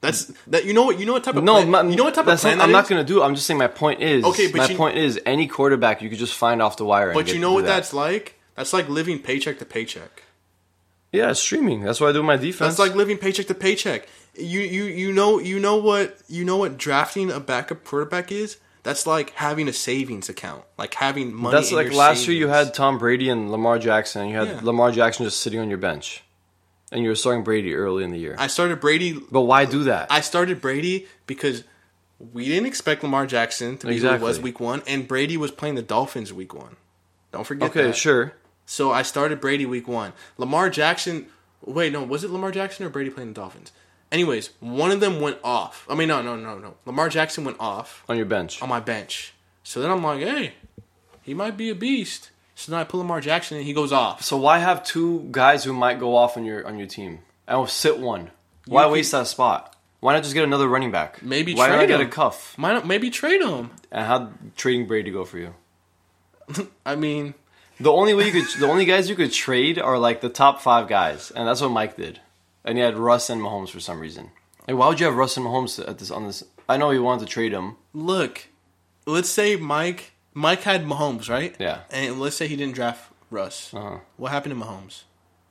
S1: That's that. You know what? You know what type of
S2: No,
S1: plan,
S2: my,
S1: you know what type of
S2: that's
S1: plan
S2: not, I'm
S1: that
S2: not
S1: is?
S2: going to do. it. I'm just saying my point is.
S1: Okay, but
S2: my
S1: you-
S2: point is any quarterback you could just find off the wire. and
S1: But
S2: get
S1: you
S2: to
S1: know what
S2: that.
S1: that's like? That's like living paycheck to paycheck.
S2: Yeah, it's streaming. That's what I do with my defense.
S1: That's like living paycheck to paycheck. You you you know you know what you know what drafting a backup quarterback is. That's like having a savings account, like having money.
S2: That's
S1: in
S2: like
S1: your
S2: last year you
S1: savings.
S2: had Tom Brady and Lamar Jackson, and you had
S1: Yeah.
S2: Lamar Jackson just sitting on your bench, and you were starting Brady early in the year.
S1: I started Brady.
S2: but why do that?
S1: I started Brady because we didn't expect Lamar Jackson to be who
S2: Exactly.
S1: he was week one, and Brady was playing the Dolphins week one. Don't forget.
S2: okay,
S1: that.
S2: sure.
S1: So I started Brady week one. Lamar Jackson. Wait, no, was it Lamar Jackson or Brady playing the Dolphins? Anyways, one of them went off. I mean, no, no, no, no. Lamar Jackson went off
S2: On your bench.
S1: on my bench. So then I'm like, hey, he might be a beast. So then I pull Lamar Jackson and he goes off.
S2: So why have two guys who might go off on your on your team? I will sit one. Why
S1: could-
S2: waste that spot? Why not just get another running back?
S1: Maybe
S2: why not
S1: trade
S2: get a
S1: him.
S2: cuff?
S1: Might not, maybe trade him.
S2: And how trading Brady go for you?
S1: I mean,
S2: The only way you could, the only guys you could trade are like the top five guys, and that's what Mike did. And he had Russ and Mahomes for some reason. Like, why would you have Russ and Mahomes at this on this? I know you wanted to trade him.
S1: look, let's say Mike Mike had Mahomes, right?
S2: Yeah.
S1: And let's say he didn't draft Russ.
S2: Uh-huh.
S1: What happened to Mahomes?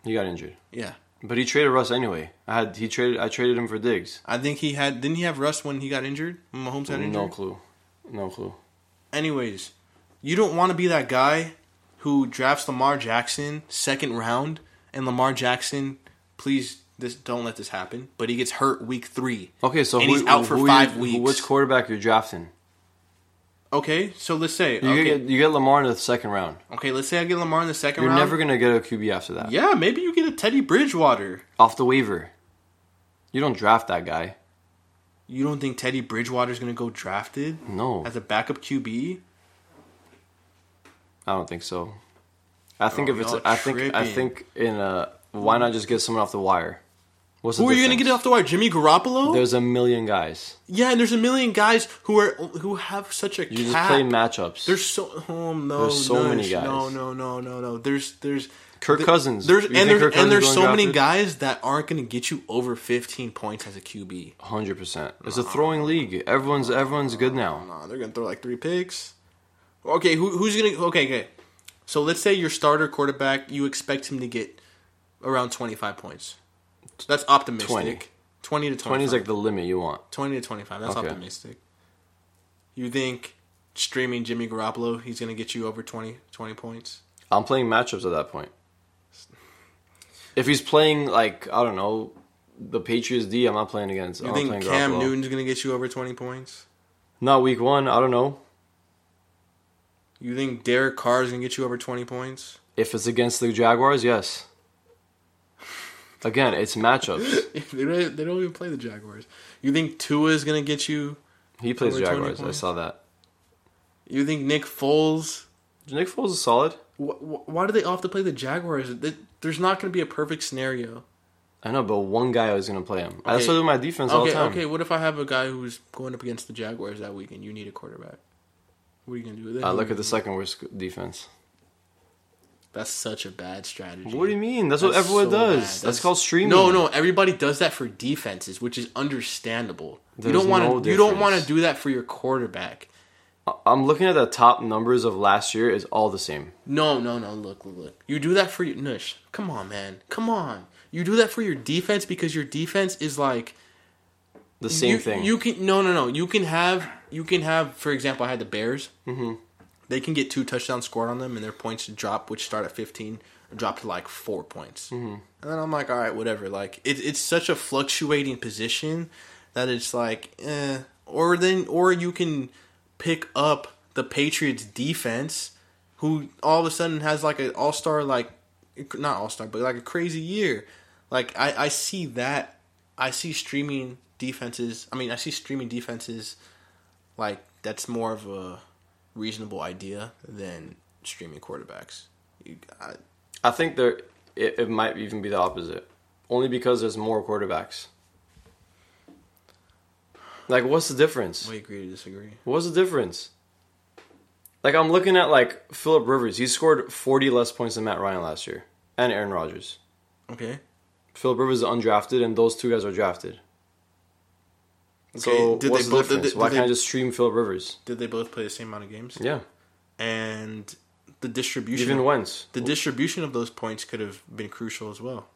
S2: He got injured,
S1: Yeah.
S2: but he traded Russ anyway. I had he traded. I traded him for Diggs.
S1: I think he had didn't he have Russ when he got injured? When Mahomes got injured?
S2: No clue. No clue.
S1: anyways, you don't want to be that guy who drafts Lamar Jackson second round, and Lamar Jackson, please, this don't let this happen. But he gets hurt week three.
S2: Okay, so
S1: And
S2: who,
S1: he's out for
S2: who you-
S1: five
S2: who-
S1: weeks.
S2: Which quarterback you're drafting?
S1: Okay, so let's say
S2: You
S1: okay,
S2: get you get Lamar in the second round.
S1: okay, let's say I get Lamar in the 2nd
S2: You're
S1: round.
S2: never gonna get a QB after that
S1: yeah, maybe you get a Teddy Bridgewater.
S2: off the waiver. You don't draft that guy.
S1: You don't think Teddy Bridgewater's gonna go drafted
S2: No,
S1: as a backup QB?
S2: I don't think so. I think
S1: Oh,
S2: if it's,
S1: y'all
S2: I think, I
S1: tripping.
S2: think in a, why not just get someone off the wire? What's
S1: Who
S2: the
S1: are you going to
S2: difference?
S1: get off the wire? Jimmy Garoppolo?
S2: There's a million guys.
S1: yeah, and there's a million guys who are who have such a
S2: You just
S1: cap.
S2: play matchups.
S1: There's so oh no,
S2: There's so
S1: no,
S2: many guys.
S1: No, no, no, no, no. There's there's
S2: Kirk
S1: th-
S2: Cousins.
S1: There's
S2: You
S1: and
S2: think
S1: there's,
S2: Kirk
S1: and
S2: Cousins
S1: there's
S2: going
S1: so many
S2: drafted?
S1: guys that aren't going to get you over 15 points as a QB.
S2: hundred percent. It's a throwing league. Everyone's everyone's good now.
S1: Nah, they're going to throw like three picks. Okay, who, who's going to Okay, okay. So let's say your starter quarterback, you expect him to get around 25 points. That's optimistic.
S2: 20.
S1: 20, to 25.
S2: Twenty is like the limit you want.
S1: 20 to 25. That's
S2: Okay.
S1: optimistic. You think streaming Jimmy Garoppolo, he's going to get you over 20, 20 points?
S2: I'm playing matchups at that point. If he's playing like I don't know, the Patriots D, I'm not playing against.
S1: You
S2: I'm not
S1: think
S2: playing
S1: Cam
S2: Garoppolo.
S1: Newton's going to get you over 20 points?
S2: Not week one. I don't know
S1: You think Derek Carr's going to get you over 20 points?
S2: if it's against the Jaguars. Yes. Again, it's matchups.
S1: they, don't, they don't even play the Jaguars. You think Tua's going to get you?
S2: He plays
S1: Over 20
S2: Jaguars. I
S1: points.
S2: saw that.
S1: You think Nick Foles?
S2: Nick Foles is solid.
S1: Wh- wh- why do they all have to play the Jaguars? Th- There's not going to be a perfect scenario.
S2: I know, but one guy is going to play him.
S1: Okay.
S2: That's what I do with my defense all the
S1: Okay,
S2: time.
S1: okay. What if I have a guy who's going up against the Jaguars that week and you need a quarterback? What are you going to do with it?
S2: I look at the second worst defense.
S1: That's such a bad strategy.
S2: What do you mean? That's, what
S1: That's so
S2: everyone does.
S1: bad.
S2: That's, called streaming.
S1: No, no, everybody does that for defenses, which is understandable.
S2: There's
S1: you don't want
S2: no
S1: to. you don't
S2: difference.
S1: want to do that for your quarterback.
S2: I- I'm looking at the top numbers of last year. Is all the same.
S1: No, no, no. Look, look, look. You do that for your Nush. Come on, man. Come on. You do that for your defense because your defense is like
S2: The same
S1: you,
S2: thing.
S1: You can no, no, no. You can have you can have. For example, I had the Bears. Mm-hmm. They can get two touchdowns scored on them, and their points drop, which start at fifteen, drop to like four points. Mm-hmm. And then I'm like, all right, whatever. Like it, it's such a fluctuating position that it's like, eh. Or then, or you can pick up the Patriots defense, who all of a sudden has like an all star, like not all star, but like a crazy year. Like I, I see that. I see streaming defenses. I mean, I see streaming defenses. Like that's more of a reasonable idea than streaming quarterbacks. You, I,
S2: I think there. It, it might even be the opposite, only because there's more quarterbacks. Like, what's the difference?
S1: we agree to disagree.
S2: What's the difference? Like, I'm looking at like Philip Rivers. He scored 40 less points than Matt Ryan last year, and Aaron Rodgers.
S1: Okay.
S2: Philip Rivers is undrafted, and those two guys are drafted. So
S1: Okay, did they
S2: what's the
S1: both- did
S2: difference?
S1: they-
S2: Why
S1: did
S2: can't I
S1: they-
S2: just stream Philip Rivers?
S1: Did they both play the same amount of games?
S2: Yeah,
S1: And the distribution,
S2: even Wentz.
S1: the distribution of those points could have been crucial as well.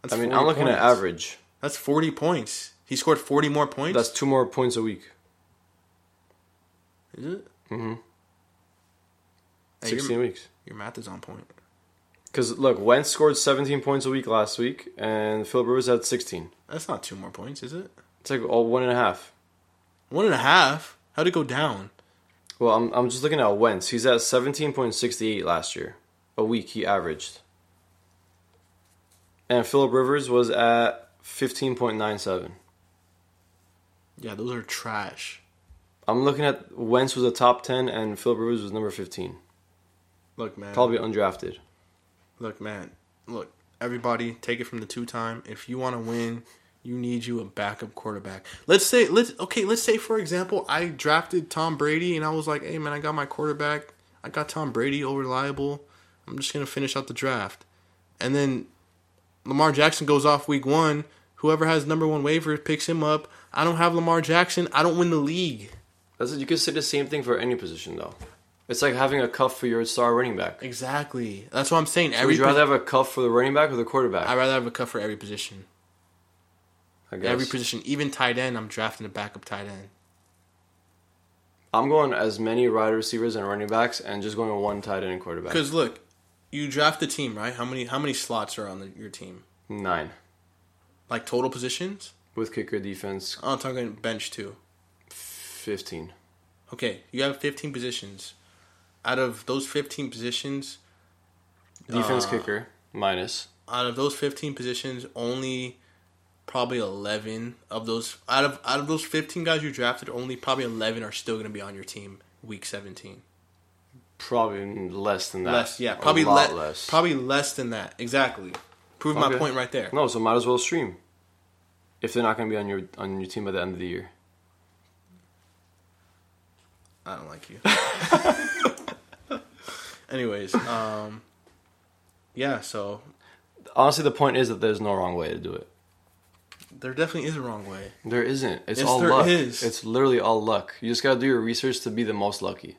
S1: That's
S2: I mean,
S1: 40
S2: I'm looking at
S1: points.
S2: average.
S1: That's forty points. He scored forty more points.
S2: That's two more points a week.
S1: Is it?
S2: Mm-hmm.
S1: Hey, your-
S2: 16 weeks.
S1: Your math is on point.
S2: Because look, Wentz scored 17 points a week last week, and Philip Rivers had 16.
S1: That's not two more points, is it?
S2: It's like all one and a half.
S1: One and a half. How'd it go down?
S2: Well, I'm, I'm just looking at Wentz. He's at 17.68 last year. A week he averaged. And Philip Rivers was at 15.97.
S1: Yeah, those are trash.
S2: I'm looking at Wentz was a top 10, and Philip Rivers was number 15.
S1: Look, man.
S2: Probably undrafted.
S1: Look, man. Look, everybody, take it from the two time. If you want to win, you need you a backup quarterback. Let's say let's okay. Let's say for example, I drafted Tom Brady, and I was like, hey man, I got my quarterback. I got Tom Brady, all reliable. I'm just gonna finish out the draft, and then Lamar Jackson goes off week one. Whoever has number one waiver picks him up. I don't have Lamar Jackson. I don't win the league.
S2: That's it. You could say the same thing for any position, though. It's like having a cuff for your star running back.
S1: Exactly. That's what I'm saying. Every
S2: Would you rather
S1: posi-
S2: have a cuff for the running back or the quarterback?
S1: I'd rather have a cut for every position.
S2: I guess.
S1: Every position, even tight end, I'm drafting a backup tight end.
S2: I'm going as many wide receivers and running backs, and just going with one tight end and quarterback.
S1: Because look, you draft the team, right? How many how many slots are on the, your team?
S2: Nine
S1: Like total positions? Oh,
S2: with kicker defense,
S1: I'm talking bench too.
S2: fifteen.
S1: Okay, you have 15 positions. Out of those 15 positions,
S2: Defense
S1: Uh,
S2: kicker minus.
S1: out of those 15 positions, only probably 11 of those out of out of those 15 guys you drafted, only probably 11 are still going to be on your team week 17.
S2: Probably less than that.
S1: Less, yeah,
S2: A
S1: probably
S2: lot
S1: le-
S2: less.
S1: Probably less than that. Exactly. Prove my
S2: Okay.
S1: point right there.
S2: no, so might as well stream. if they're not going to be on your on your team by the end of the year?
S1: I don't like you. Anyways, um, yeah. So
S2: Honestly, the point is that there's no wrong way to do it.
S1: there definitely is a wrong way.
S2: There isn't. It's
S1: Yes,
S2: all
S1: there
S2: luck.
S1: is.
S2: It's literally all luck. You just got to do your research to be the most lucky.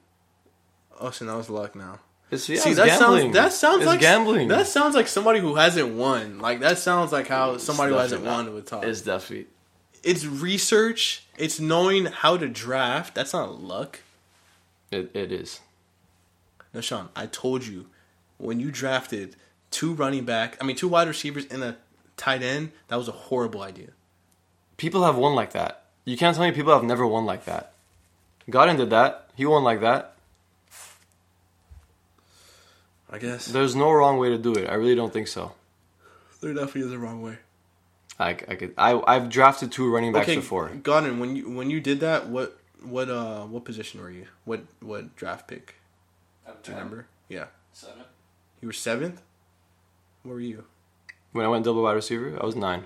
S1: Oh, so that was luck now.
S2: It's, yeah,
S1: See,
S2: it's
S1: that
S2: gambling.
S1: sounds that sounds
S2: it's
S1: like
S2: gambling.
S1: That sounds like somebody who hasn't won. Like that sounds like how
S2: It's
S1: somebody who hasn't
S2: definitely not.
S1: won would talk.
S2: It's
S1: It's,
S2: definitely
S1: research. It's knowing how to draft. That's not luck.
S2: it, it is.
S1: No, Sean, I told you when you drafted two running back, I mean two wide receivers and a tight end. That was a horrible idea.
S2: People have won like that. You can't tell me people have never won like that. Godin did that. He won like that.
S1: I guess there,
S2: There's no wrong way to do it. I really don't think so.
S1: definitely is a wrong way.
S2: I, I could. I I've drafted two running backs before.
S1: Godin, when you when you did that, what what uh what position were you? What what draft pick? Do
S2: Uh,
S1: you remember? Yeah, you were seventh. Where were you?
S2: When I went double wide receiver, I was nine.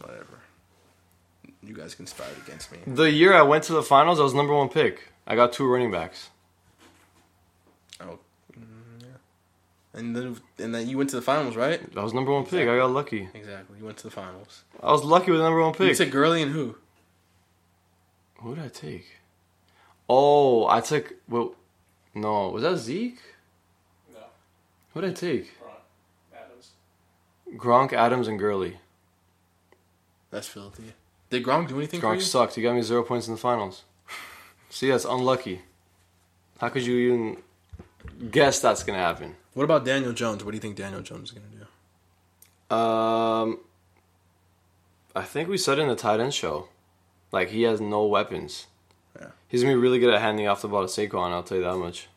S1: Whatever. You guys conspired against me.
S2: The year I went to the finals, I was number one pick. I got two running backs.
S1: Oh, mm, yeah. And then and then you went to the finals, right?
S2: I was number one pick. I got lucky.
S1: Exactly. You went to the finals.
S2: I was lucky with the number one
S1: You
S2: pick.
S1: took Gurley and who?
S2: Who did I take? Oh, I took. Well, no, was that Zeke?
S3: No.
S2: Who did I take?
S3: Gronk. Adams.
S2: Gronk, Adams, and Gurley.
S1: That's filthy. Did Gronk do anything for
S2: Gronk
S1: you?
S2: sucked. He got me zero points in the finals. See, that's unlucky. How could you even guess that's gonna happen?
S1: What about Daniel Jones? What do you think Daniel Jones is gonna do?
S2: Um, I think we said in the tight end show, like he has no weapons.
S1: Yeah.
S2: He's gonna be really good at handing off the ball to Saquon. I'll tell you that much.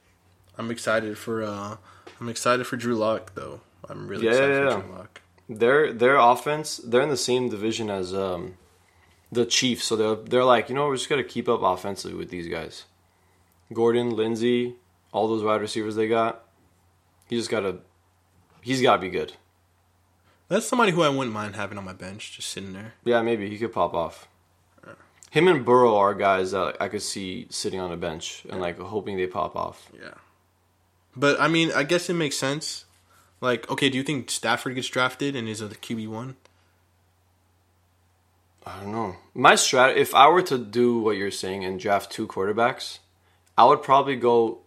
S1: I'm excited for uh I'm excited for Drew Lock though. I'm really
S2: Yeah,
S1: excited
S2: yeah,
S1: for
S2: yeah.
S1: Drew Lock.
S2: Their their offense, they're in the same division as um, the Chiefs, so they're they're like, you know, we're just gonna keep up offensively with these guys. Gordon, Lindsey, all those wide receivers they got. He just gotta, he's gotta be good.
S1: That's somebody who I wouldn't mind having on my bench, just sitting there.
S2: Yeah, maybe he could pop off. Him and Burrow are guys that I could see sitting on a bench and like hoping they pop off.
S1: Yeah. But I mean, I guess it makes sense. Like, okay, do you think Stafford gets drafted and is a QB one?
S2: I don't know. My strat if I were to do what you're saying and draft two quarterbacks, I would probably go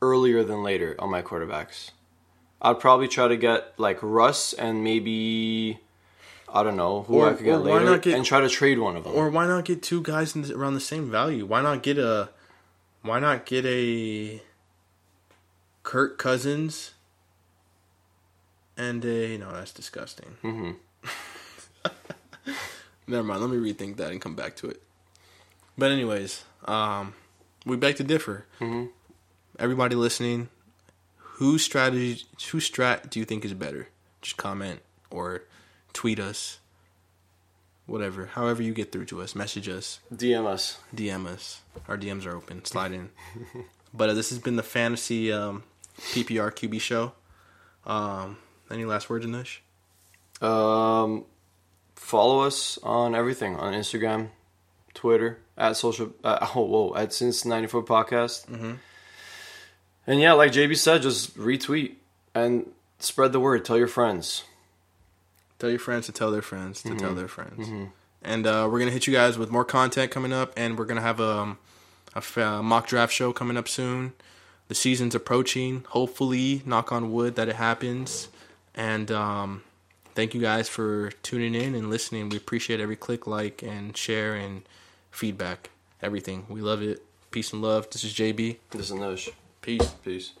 S2: earlier than later on my quarterbacks. I'd probably try to get like Russ and maybe I don't know who
S1: Or-
S2: I could get
S1: or why
S2: later
S1: not get-
S2: and try to trade one of them.
S1: Or why not get two guys in around the same value? Why not get a, why not get a Kirk Cousins and a no, that's disgusting.
S2: Mhm.
S1: Never mind. Let me rethink that and come back to it. But anyways, um, we beg to differ.
S2: Mhm.
S1: Everybody listening, whose strategy, whose strat do you think is better? Just comment or tweet us, whatever. However you get through to us, message us.
S2: DM us.
S1: DM us. Our DMs are open. Slide in. but uh, this has been the fantasy um, PPR QB show. Um, any last words, Anush?
S2: Um, follow us on everything on Instagram, Twitter at social. Uh, oh, whoa, at since ninety four podcast.
S1: Mhm.
S2: And yeah, like JB said, just retweet and spread the word. Tell your friends.
S1: Tell your friends to tell their friends to tell their friends. And uh, we're gonna hit you guys with more content coming up, and we're gonna have um, a, f- uh mock draft show coming up soon. The season's approaching. Hopefully, knock on wood that it happens. And um, thank you guys for tuning in and listening. We appreciate every click, like, and share, and feedback. Everything. We love it. Peace and love. This is JB.
S2: This is Nosh.
S1: Peace.
S2: Peace.